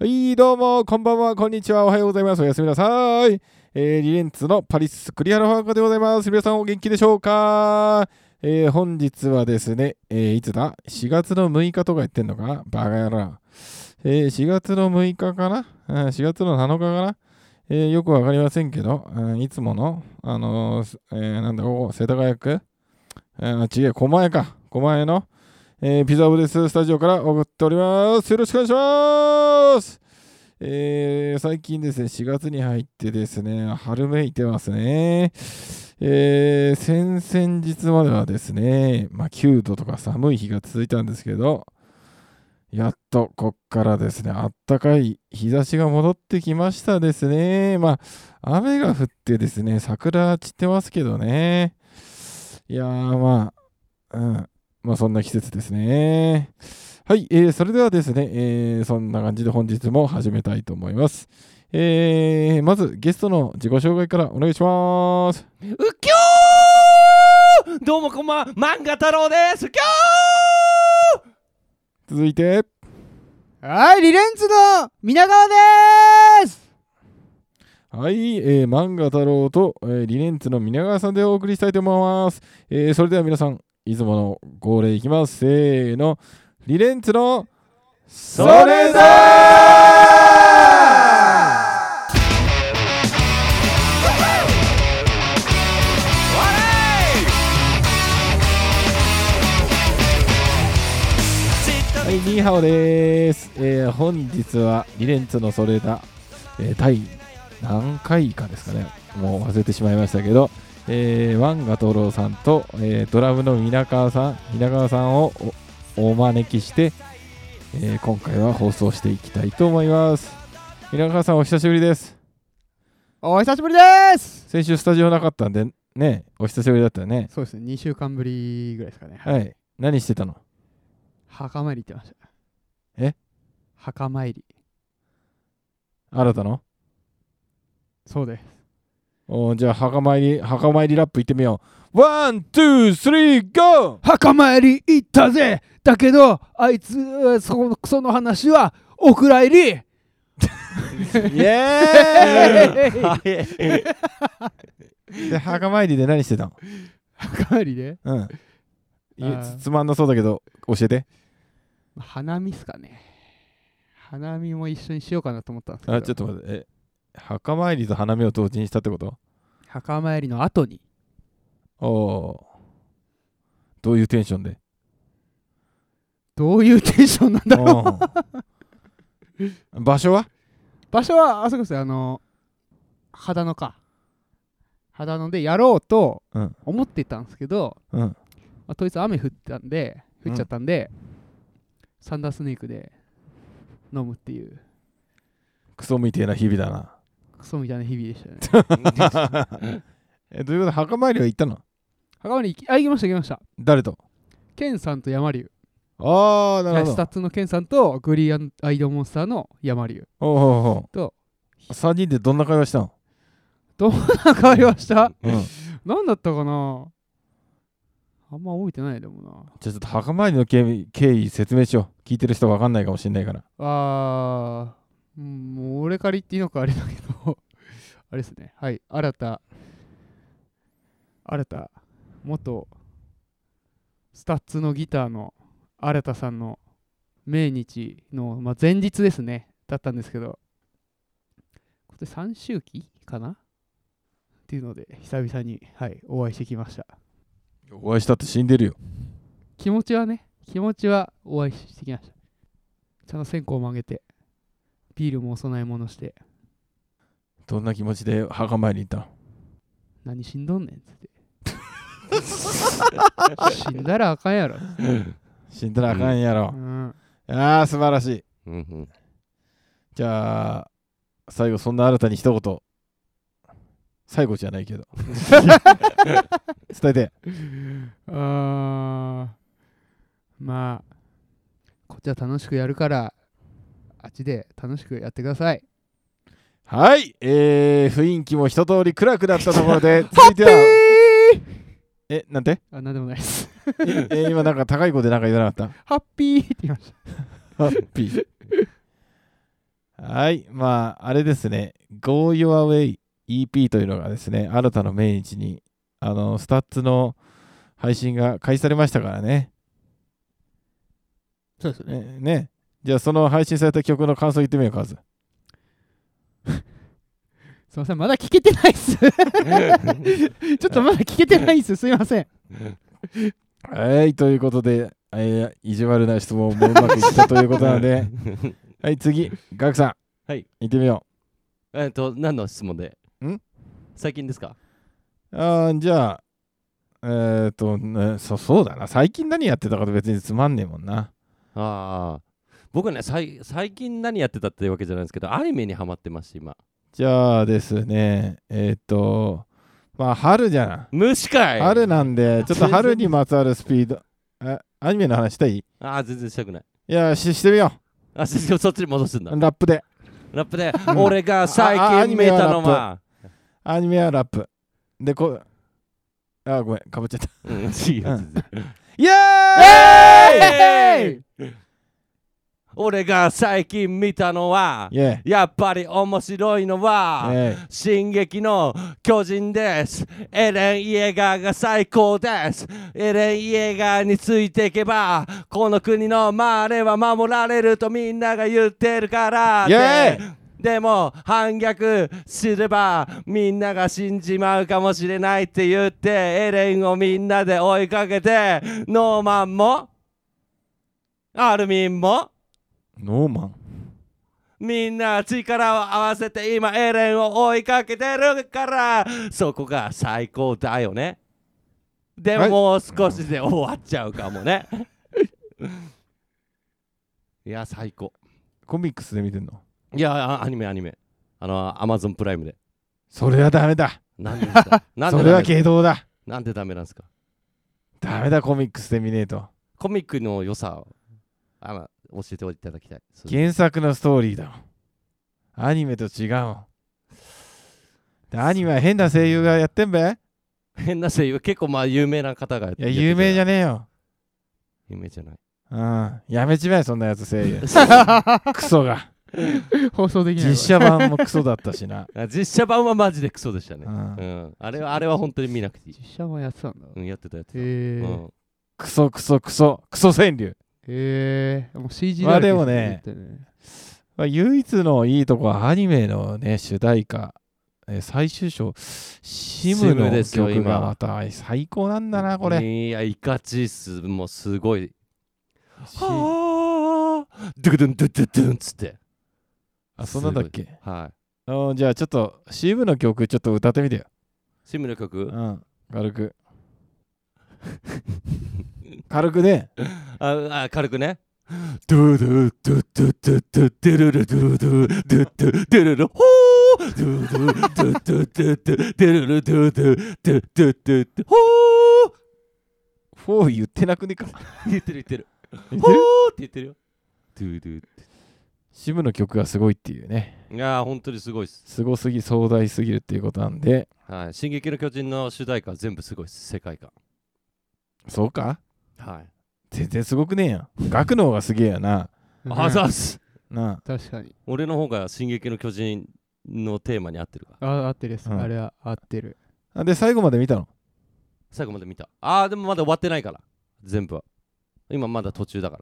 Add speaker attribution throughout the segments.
Speaker 1: はい、どうも、こんばんは、こんにちは、おはようございます。おやすみなさい。えー、リレンツのパリスクリアルファーカでございます。皆さんお元気でしょうかえー、本日はですね、えー、いつだ ?4 月の6日とか言ってんのかなバカやら。えー、4月の6日かなうん ?4 月の7日かなえー、よくわかりませんけど、うんいつもの、あのーすえー、なんだ、ここ、世田谷区あー、違え、狛江か。狛江の、えーピザオブデススタジオから送っております。よろしくお願いします。えー最近ですね、4月に入ってですね、春めいてますね。えー先々日まではですね、まあ、9度とか寒い日が続いたんですけど、やっとこっからですね、あったかい日差しが戻ってきましたですね。まあ、雨が降ってですね、桜散ってますけどね。いやー、まあ、うん、まあそんな季節ですね。はい、えーそれではですね、えーそんな感じで本日も始めたいと思います。えーまずゲストの自己紹介からお願いします。
Speaker 2: うきょーどうもこんばんは、漫画太郎です。うきょ
Speaker 1: 続いて、
Speaker 3: はい、リレンツの皆川でーす
Speaker 1: はい、えー、漫画太郎と、えーリレンツの皆川さんでお送りしたいと思います。えーそれでは皆さん、いつもの号令いきます。せーの、リレンツのそれぞはい、ニーハオです。えー本日はリレンツのそれだ、えー第何回かですかね、もう忘れてしまいましたけど、えーワンガトロさんと、えードラムの皆川さん、皆川さんをおお招きして、えー今回は放送していきたいと思います。皆川さん、お久しぶりです。
Speaker 3: お久しぶりです
Speaker 1: 先週スタジオなかったんで、ね、お久しぶりだったよね。
Speaker 3: そうですね、2週間ぶりぐらいですかね。
Speaker 1: はい、何してたの
Speaker 3: 墓参り行ってました。
Speaker 1: え
Speaker 3: 墓参り。
Speaker 1: 新たの
Speaker 3: そうです。
Speaker 1: おーじゃあ墓参り、墓参りラップ行ってみよう。ワン、ツー、スリー、ゴー
Speaker 3: 墓参り行ったぜだけど、あいつ、そのクソの話は、お蔵入 り
Speaker 1: イエ
Speaker 2: ーはい。
Speaker 1: ーイで墓参りで何してたの
Speaker 3: 墓参りで
Speaker 1: うんいえ
Speaker 3: あー
Speaker 1: つつまんなそうだけど教えて
Speaker 3: 花見っすかね。花見も一緒にしようかなと思ったんですけど、
Speaker 1: あちょっと待ってえ墓参りと花見を同時にしたってこと
Speaker 3: 墓参りの後に、
Speaker 1: おおーどういうテンションで
Speaker 3: どういうテンションなんだ ろう。
Speaker 1: うん場所は
Speaker 3: 場所はあそこですよあの秦野か秦野でやろうと
Speaker 1: うん
Speaker 3: 思ってたんですけど、
Speaker 1: うん
Speaker 3: まあ、当日雨降ってたんで降っちゃったんで、サンダースネークで飲むっていう
Speaker 1: クソみてえな日々だな
Speaker 3: クソみたいな日々でした ね
Speaker 1: えどういうこと墓参りは行ったの
Speaker 3: 墓場に行きあ行きました行きました
Speaker 1: 誰と
Speaker 3: ケンさんと山竜
Speaker 1: ああなるほ
Speaker 3: スタ
Speaker 1: ど
Speaker 3: ッツのケンさんとグリーンアイドモンスターの山竜
Speaker 1: おうおうおう
Speaker 3: と
Speaker 1: 3人でどんな会話したの、
Speaker 3: 変わりました
Speaker 1: うん、
Speaker 3: 何だったかなあんま覚えてないでもな
Speaker 1: じゃあちょっと墓参りの経緯経緯説明しよう。聞いてる人わかんないかもしれないから。
Speaker 3: あーうんもう俺から言っていいのかあれだけど あれですねはい新た新た元スタッツのギターの新たさんの命日の、まあ、前日ですねだったんですけど今年3周期かなっていうので久々に、はい、お会いしてきました
Speaker 1: お会いしたって死んでるよ。
Speaker 3: 気持ちはね気持ちはお会いしてきましたちゃんと線香を曲げてビールもお供え物して
Speaker 1: どんな気持ちで墓参り行ったの
Speaker 3: 何死んどんねんっつって死んだらあかんやろ、
Speaker 1: 死んだらあかんや
Speaker 3: う
Speaker 1: ろ。
Speaker 3: ん、
Speaker 1: ああ、素晴らしい。
Speaker 2: うんうん
Speaker 1: じゃあ、最後そんな新たに一言。最後じゃないけど。 伝えて。
Speaker 3: あーまあこっちは楽しくやるからあっちで楽しくやってください
Speaker 1: はい、えー、雰囲気も一通り暗くなったところ で、続いては。え、なんて
Speaker 3: あなんでもないです
Speaker 1: え、えー今なんか高い声でなんか言わなかった
Speaker 3: ハッピーって言いました
Speaker 1: ハッピー。はい。まあ、あれですね。Go Your Way EP というのがですね、新たな命日に、あの、スタッツの配信が開始されましたからね。
Speaker 3: そうです
Speaker 1: ね。ねじゃあ、その配信された曲の感想言ってみようか、カズ。
Speaker 3: すいませんまだ聞けてないっす ちょっとまだ聞けてないっすすいません
Speaker 1: はい。ということで、えー意地悪な質問もうまくいったということなので、はい、次、ガクさん。
Speaker 2: はい。
Speaker 1: 行ってみよ
Speaker 2: えっと、何の質問で
Speaker 1: ん
Speaker 2: 最近ですか
Speaker 1: う。あーじゃあ、えーっと、ねそ、そうだな。最近何やってたかと別につまんねえもんな。
Speaker 2: ああ。僕ね、さい最近何やってたっていうわけじゃないんですけど、アニメにハマってまして、今。
Speaker 1: じゃあですね、えーっと、まあ、春じゃん。
Speaker 2: 虫かい
Speaker 1: 春なんで、ちょっと春にまつわるスピード、あアニメの話したいい
Speaker 2: ああ、全然したくない。
Speaker 1: やし、してみよ
Speaker 2: あ、ししそっちに戻すんだ
Speaker 1: う。。ラップで。
Speaker 2: ラップで、
Speaker 1: ん
Speaker 2: 俺が最
Speaker 1: ああアニ
Speaker 2: 近見
Speaker 1: メは
Speaker 2: たのは。
Speaker 1: アニメはラップ。で、こう、あ、ごめん、かぶっちゃった。
Speaker 2: うん、違う
Speaker 1: うん
Speaker 2: 全然
Speaker 1: イエーイ
Speaker 2: 俺が最近見たのは、
Speaker 1: イエ
Speaker 2: やっぱり面白いの
Speaker 1: ーイイ
Speaker 2: は、
Speaker 1: エーイ
Speaker 2: 進撃の巨人です。エレン・イエガーが最高です。エレン・イエガーについていけば、この国のマーレは守られるとみんなが言ってるから
Speaker 1: イエ
Speaker 2: で。でも反逆すればみんなが死んじまうかもしれないって言ってエレンをみんなで追いかけてノーマンもアルミンも
Speaker 1: ノーマン。
Speaker 2: みんな力を合わせて今エレンを追いかけてるからそこが最高だよねで
Speaker 1: はい
Speaker 2: もう少しで終わっちゃうかもね いや最高
Speaker 1: コミックスで見てんの
Speaker 2: いやあアニメアニメあのアマゾンプライムで
Speaker 1: それはダメだ。
Speaker 2: なんでです かなん
Speaker 1: そ
Speaker 2: で
Speaker 1: れ
Speaker 2: ダ
Speaker 1: は
Speaker 2: メ
Speaker 1: 芸道だ。
Speaker 2: なんでダメなんですか
Speaker 1: ダメだ、コミックスで見ねえと。
Speaker 2: コミックの良さをあの教えていただきたいそれ
Speaker 1: 原作のストーリーだもんアニメと違うもんでアニメは変な声優がやってんべ
Speaker 2: 変な声優結構まあ有名な方がやっ
Speaker 1: いや有名じ
Speaker 2: ゃ
Speaker 1: ゃねえよ
Speaker 2: 有名じゃない
Speaker 1: うんやめちまえそんなやつ声優クソが
Speaker 3: 放送できないわ
Speaker 1: 実写版もクソだったしな、
Speaker 2: あ実写版はマジでクソでしたね
Speaker 1: う、
Speaker 2: うんん、あれはあれは本当に見なくていい。
Speaker 3: 実写もやってたんだ
Speaker 2: うん、やってたやってた。
Speaker 3: へ
Speaker 2: う
Speaker 3: ー
Speaker 2: ん、
Speaker 1: クソクソクソクソ川柳、
Speaker 3: へーもう CG
Speaker 1: まあ
Speaker 3: だ
Speaker 1: で
Speaker 3: らけす
Speaker 1: もね
Speaker 3: 絶対ね
Speaker 1: まあ、唯一のいいとこはアニメのね主題歌えー最終章シム
Speaker 2: シム
Speaker 1: の
Speaker 2: ですよ
Speaker 1: 曲
Speaker 2: 今
Speaker 1: がまた最高なんだなこれ
Speaker 2: いや、イカチースもうすごい。
Speaker 1: し
Speaker 2: はあドゥクドゥンドゥドゥドゥンっつって。
Speaker 1: あそんなんだっけ
Speaker 2: は
Speaker 1: うんじゃあちょっとシムの曲ちょっと歌ってみてよ
Speaker 2: い。シムの
Speaker 1: う
Speaker 2: 曲
Speaker 1: ん、軽く。軽くね。
Speaker 2: ああ、軽くね。ドゥドゥドゥドゥドゥドゥドゥルルドゥドゥドゥドゥドゥルルほードゥドゥドゥドゥドゥドゥドゥルルドゥドゥドゥドゥドゥドゥほー
Speaker 1: フォー言ってなくねえか。
Speaker 2: 言ってる言ってる。
Speaker 1: 言っ
Speaker 2: ほ
Speaker 1: て
Speaker 2: ー
Speaker 1: る
Speaker 2: って言ってるよ。ドゥドゥ。
Speaker 1: シムの曲がすごいっていうね。
Speaker 2: いやー、本当にすごいっす。
Speaker 1: すごすぎ、壮大すぎるっていうことなんで、
Speaker 2: はい、進撃の巨人の主題歌は全部すごいです世界観。
Speaker 1: そうか
Speaker 2: はい。
Speaker 1: 全然すごくねえやん。学能がすげえやな。
Speaker 2: あざっす。
Speaker 1: な
Speaker 3: 確かに
Speaker 2: 俺の方が進撃の巨人のテーマに合ってるから。
Speaker 3: あ合ってるです、
Speaker 1: うん
Speaker 3: あれは合ってる
Speaker 1: あ。で、最後まで見たの。
Speaker 2: 最後まで見た。ああ、でもまだ終わってないから。全部は。今まだ途中だか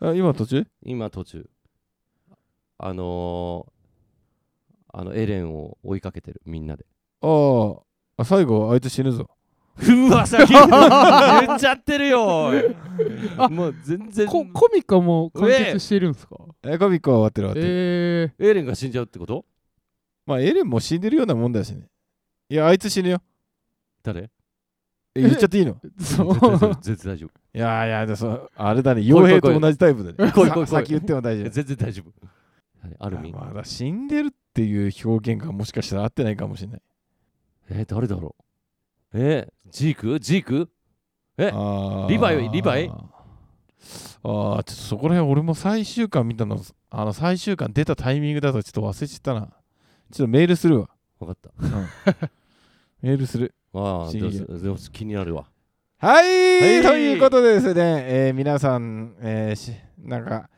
Speaker 2: ら。
Speaker 1: あ今途中
Speaker 2: 今途中。あのー、あのエレンを追いかけてるみんなで。
Speaker 1: ああ、最後、あいつ死ぬぞ。
Speaker 2: うわ、先言っちゃってるよ。おい
Speaker 3: あ
Speaker 2: もう全然。
Speaker 3: ココミカもう完結してるんですか
Speaker 1: え、コミックは終わってる終わってる。
Speaker 3: えー、
Speaker 2: エレンが死んじゃうってこと
Speaker 1: まあ、エレンも死んでるようなもんだしね。いや、あいつ死ぬよ。
Speaker 2: 誰
Speaker 1: え言っちゃっていいの
Speaker 3: そう
Speaker 2: 絶対大丈夫全然大丈
Speaker 1: いやいやでそ、あれだね、
Speaker 2: 来い
Speaker 1: 傭兵と同じタイ プだね。
Speaker 2: 来い来い来
Speaker 1: さ
Speaker 2: い
Speaker 1: 先言っても大丈夫
Speaker 2: 夫。。全然大丈夫。アルミン
Speaker 1: あ。まだ死んでるっていう表現がもしかしたら合ってないかもしれない。
Speaker 2: えー、誰だろうえー、ジークジークえ
Speaker 1: あー
Speaker 2: リヴァイリヴァイ
Speaker 1: あーちょっとそこら辺俺も最終巻見たの、あの最終巻出たタイミングだとちょっと忘れちゃったな。ちょっとメールす るわ。
Speaker 2: わかった。
Speaker 1: メールする。
Speaker 2: ああ、
Speaker 1: ジ
Speaker 2: でも
Speaker 1: ーク
Speaker 2: でも気になるわ。
Speaker 1: はい、
Speaker 2: はい
Speaker 1: ということでですね、えー皆さん、えーしなんか、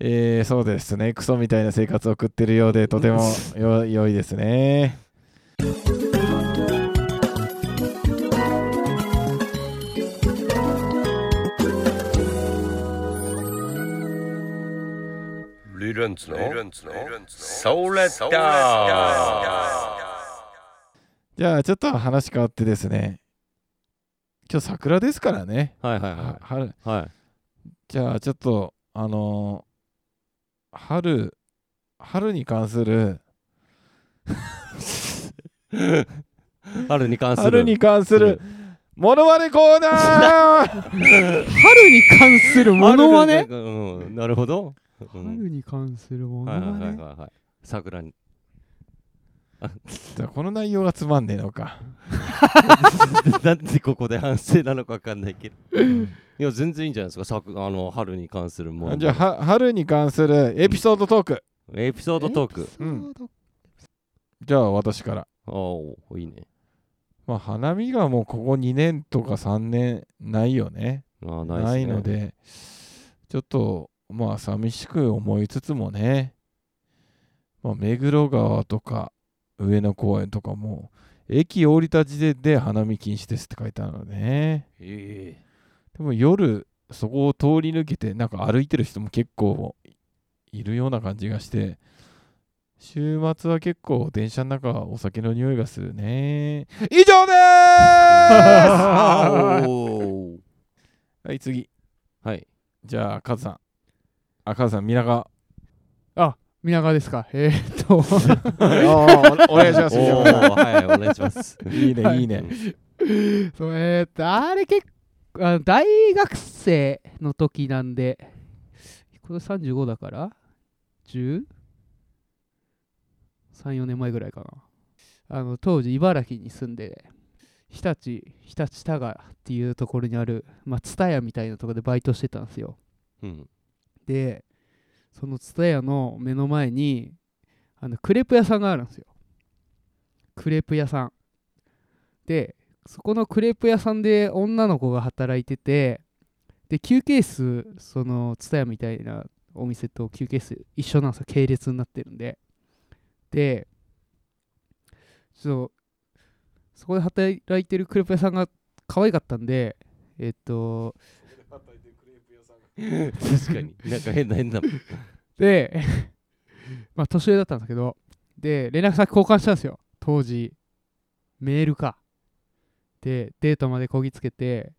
Speaker 1: えーそうですね。クソみたいな生活を送ってるようで、とて もよ良いですね。
Speaker 4: リレンツのソーレッダ
Speaker 1: じゃあ、ちょっと話変わってですね。今日桜ですからね。
Speaker 2: はいはい
Speaker 1: は
Speaker 2: は
Speaker 1: 春
Speaker 2: いはい
Speaker 1: じゃあ、ちょっと、あのー春、春に関する、
Speaker 2: 春に関する
Speaker 1: 春に関する、モノマネコーナー
Speaker 3: 春に関するものはね
Speaker 2: 春にうんなるほどうん
Speaker 3: 春に関するもの
Speaker 2: はい
Speaker 3: は
Speaker 2: はいは
Speaker 3: ね
Speaker 2: いはいはい桜に
Speaker 1: じゃあこの内容がつまんねえのか。
Speaker 2: なんでここで反省なのかわかんないけどいや全然いいんじゃないですか桜あの春に関するもの
Speaker 1: じゃあ、は春に関するエピソードトーク。
Speaker 2: エピソードトーク
Speaker 1: うんじゃあ、私から。
Speaker 2: あおいいね
Speaker 1: まあ、花見がもうここ2年とか3年ないよね。
Speaker 2: あ
Speaker 1: な
Speaker 2: ないいっすね
Speaker 1: ので、ちょっとまあ寂しく思いつつもね、まあ、目黒川とか上野公園とかも、駅降りた時点で花見禁止ですって書いてあるのね。
Speaker 2: ええ
Speaker 1: でも夜、そこを通り抜けて、なんか歩いてる人も結構いるような感じがして、週末は結構電車の中はお酒の匂いがする ね。以上でーす
Speaker 2: あおー
Speaker 1: はい、次。
Speaker 2: はい
Speaker 1: じゃあ、カズさん。あ、カズさん、皆 川。
Speaker 3: あ皆川ですかえーっと
Speaker 1: お願いします。
Speaker 2: おー
Speaker 1: 皆川
Speaker 2: はいお願いします
Speaker 1: いいね、いい ね。
Speaker 3: そうえーっとあれ結構あの大学生の時なんでこれ35だから ?134 年前ぐらいかなあの当時茨城に住んで日立日立田川っていうところにあるまあ蔦屋みたいなところでバイトしてたんですよ
Speaker 2: うん
Speaker 3: でその蔦屋の目の前にあのクレープ屋さんがあるんですよクレープ屋さんでそこのクレープ屋さんで女の子が働いててで休憩室その蔦屋みたいなお店と休憩室一緒なんですよ系列になってるんででちょっとそこで働いてるクレープ屋さんが可愛かったんでえっと
Speaker 2: 確かになんか変な変な
Speaker 3: で、 まあ年上だったんですけど、で、連絡先交換したんですよ。当時、メールか。で、デートまでこぎつけて、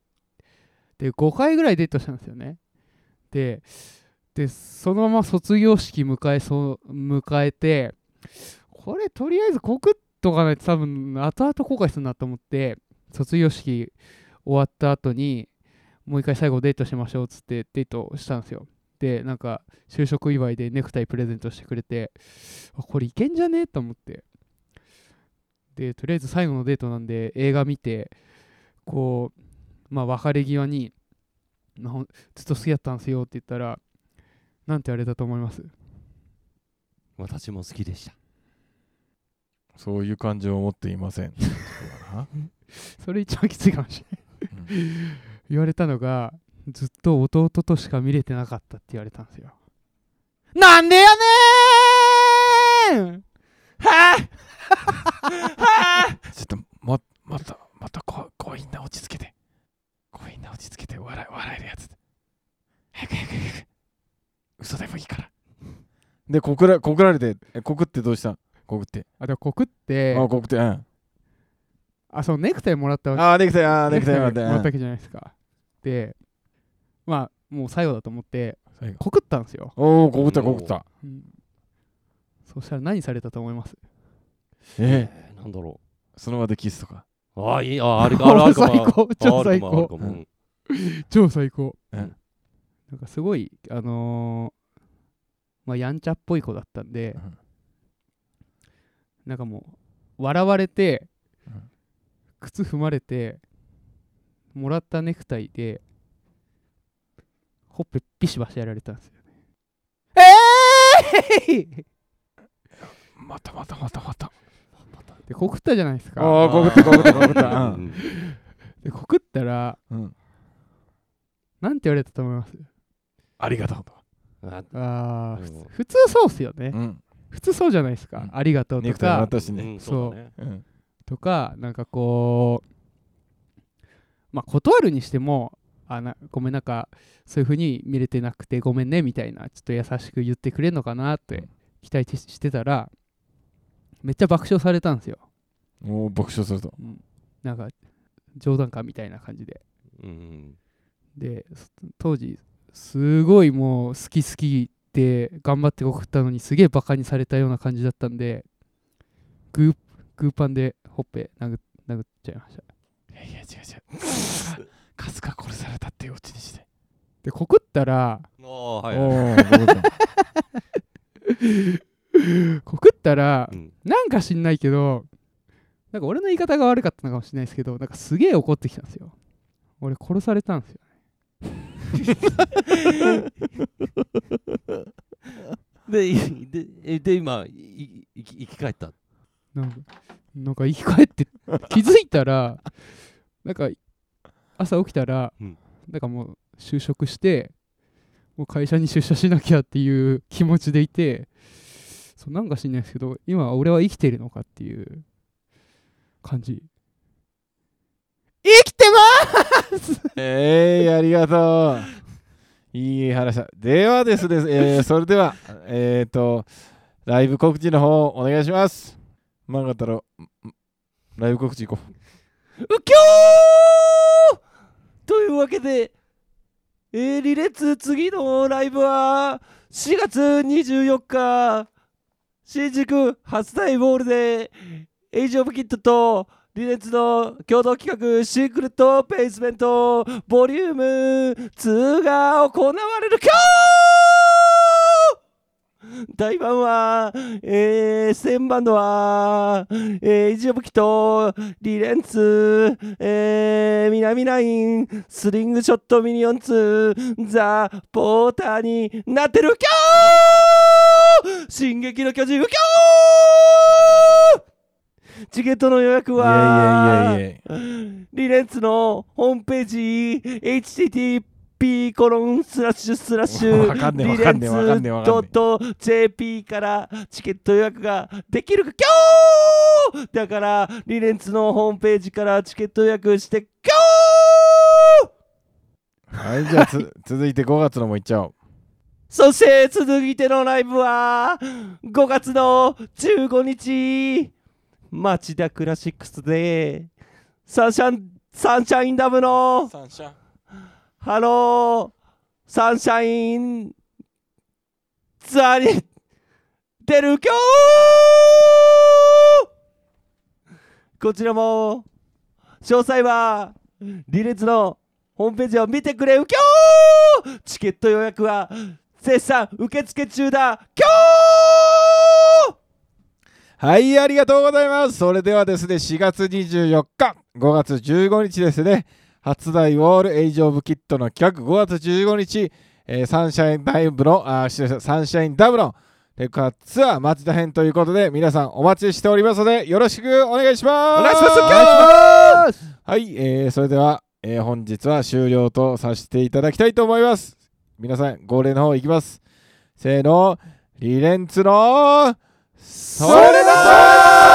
Speaker 3: で、5回ぐらいデートしたんですよね。で、で、そのまま卒業式迎えそう、迎えて、これとりあえず告っとかないと多分後々後悔するなと思って、卒業式終わった後に、もう一回最後デートしましょうっつってデートしたんですよ。で、なんか、就職祝いでネクタイプレゼントしてくれてあこれいけんじゃねえと思ってでとりあえず最後のデートなんで映画見てこうまあ別れ際に、まあほんずっと好きだったんすよって言ったらなんてあれだと思います
Speaker 2: 私も好きでした
Speaker 1: そういう感情を持っていませ ん。
Speaker 3: それ一番きついかもしれない言われたのがずっと弟としか見れてなかったって言われたんですよなんでやねーんはあ
Speaker 1: ちょっと、ま、また、またこ、こういんな落ち着けて。こういんな落ち着けて、笑い、笑えるやつで。早く早く早く。嘘でもいいから。で、告ら、告られて、え告ってどうしたん告って。
Speaker 3: あでも告って
Speaker 1: あ、告って、うん。
Speaker 3: あ、そう、ネクタイもらったわけ
Speaker 1: あー、できたよ、あーでき たよ、
Speaker 3: ネ
Speaker 1: 待
Speaker 3: ク
Speaker 1: って
Speaker 3: タイもらった
Speaker 1: う
Speaker 3: わ
Speaker 1: ん
Speaker 3: けじゃないですか。で、まあ、もう最後だと思って、
Speaker 1: 最後
Speaker 3: 告ったんですよ。
Speaker 1: おお、告った、告った。
Speaker 3: うんそしたら何されたと思います
Speaker 1: ええ
Speaker 2: えーなんだろ
Speaker 1: その場でキスとか。
Speaker 2: うああいいああれかあ るあるかも
Speaker 3: 最高超最
Speaker 2: ある
Speaker 3: 高
Speaker 2: かもあるかもうん
Speaker 3: 超最高
Speaker 1: うん
Speaker 3: なんかすごい、あのーまあ、やんちゃっぽい子だったんで、
Speaker 1: うん
Speaker 3: なんかもう、笑われて
Speaker 1: うん、
Speaker 3: 靴踏まれて、もらったネクタイで、ほっぺビシバシやられたんですよね。えーい
Speaker 1: またまたまたまた。
Speaker 3: で、告ったじゃないですか。
Speaker 1: ああ、告った、告った、告った。う
Speaker 2: うんん
Speaker 3: で、告ったら、
Speaker 1: うん。
Speaker 3: なんて言われたと思います
Speaker 1: ありがとうと。
Speaker 2: あ
Speaker 3: あーふ
Speaker 2: うん
Speaker 3: つ普通そうっすよね。
Speaker 1: うん
Speaker 3: 普通そうじゃないです
Speaker 1: う
Speaker 3: か
Speaker 1: ん。
Speaker 3: ありがとう
Speaker 1: ネ
Speaker 3: と
Speaker 1: クタイもら
Speaker 3: か
Speaker 1: っ、たし
Speaker 2: う
Speaker 1: ね。
Speaker 2: んそうだね
Speaker 1: うん
Speaker 3: とか、なんかこう、まあ断るにしても、あなごめんなんかそういう風に見れてなくてごめんねみたいなちょっと優しく言ってくれるのかな
Speaker 1: う
Speaker 3: って
Speaker 1: ん
Speaker 3: 期待ししてたらめっちゃ爆笑されたんですよ
Speaker 1: もう爆笑すると。
Speaker 3: なんか冗談かみたいな感じで
Speaker 2: うん
Speaker 3: でそ当時すごいもう好き好きで頑張って送ったのにすげえバカにされたような感じだったんでグーグーパンでほっぺ殴っ殴っちゃいました
Speaker 1: いやいや違う違う。 カスが殺されたっていうオチにして。
Speaker 3: で告ったら
Speaker 2: ああ
Speaker 1: お
Speaker 2: はいはい
Speaker 1: おー、戻った
Speaker 3: 告ったら
Speaker 2: うん
Speaker 3: なんか知んないけどなんか俺の言い方が悪かったのかもしれないですけどなんかすげえ怒ってきたんですよ俺殺されたんですよ
Speaker 2: でいでえで今いい生き生き返った
Speaker 3: なんかなんか生き返って気づいたら なんか朝起きたら、
Speaker 2: うん
Speaker 3: なんかもう就職してもう会社に出社しなきゃっていう気持ちでいてそうなんか知んないですけど今俺は生きてるのかっていう感じ生きてまーす
Speaker 1: えい、ありがとう。いい話だ。ではですね、えーそれでは、えっ、と、ライブ告知の方お願いします。漫画太郎、んライブ告知行こ
Speaker 2: うきょーというわけで、えー、リレッツ次のライブは4月24日新宿初台ボールでエイジオブキッドとリレッツの共同企画シークレットベースメントボリューム2が行われるきょー大盤は、えー、ステンバンドは、えー、イジオブキと、リレンツ、えー、ミナミナイン、スリングショットミニオンツ、ザ・ポーターになってる、キョー進撃の巨人、キョーチケットの予約
Speaker 1: う。い
Speaker 2: は、
Speaker 1: やいやいやいや。
Speaker 2: リレンツのホームページ http コロンスラッシュスラッシ
Speaker 1: わか
Speaker 2: ュ
Speaker 1: んねえ
Speaker 2: リ
Speaker 1: わ
Speaker 2: レ
Speaker 1: か
Speaker 2: ン
Speaker 1: んね
Speaker 2: ツ
Speaker 1: えわかんねえわかんねえ
Speaker 2: .jp からチケット予約ができるかきょーだからリレンツのホームページからチケット予約してきょー
Speaker 1: はい、じゃあつ続いて5月のもいっちゃおう。
Speaker 2: そして続いてのライブは5月の15日町田クラシックスでサンシャンサンシャインダムの
Speaker 1: サンシャン。
Speaker 2: ハロー、サンシャインツアーに出る今日こちらも詳細はリレーズのホームページを見てくれ今日チケット予約は絶賛受付中だ今日
Speaker 1: はい、ありがとうございます。それではですね、4月24日、5月15日ですね、初代ウォールエイジオブキットの企画、5月15日、えーサンシャインダイブの、あー、失礼しましたサンシャインダムのレコアツアー町田編ということで、皆さんお待ちしておりますので、よろしくお願いします。
Speaker 2: お願いします
Speaker 1: お願いします
Speaker 2: 今日
Speaker 1: はい、えーそれでは、えー本日は終了とさせていただきたいと思います。皆さん、号令の方いきます。せーの、リレンツの、それだ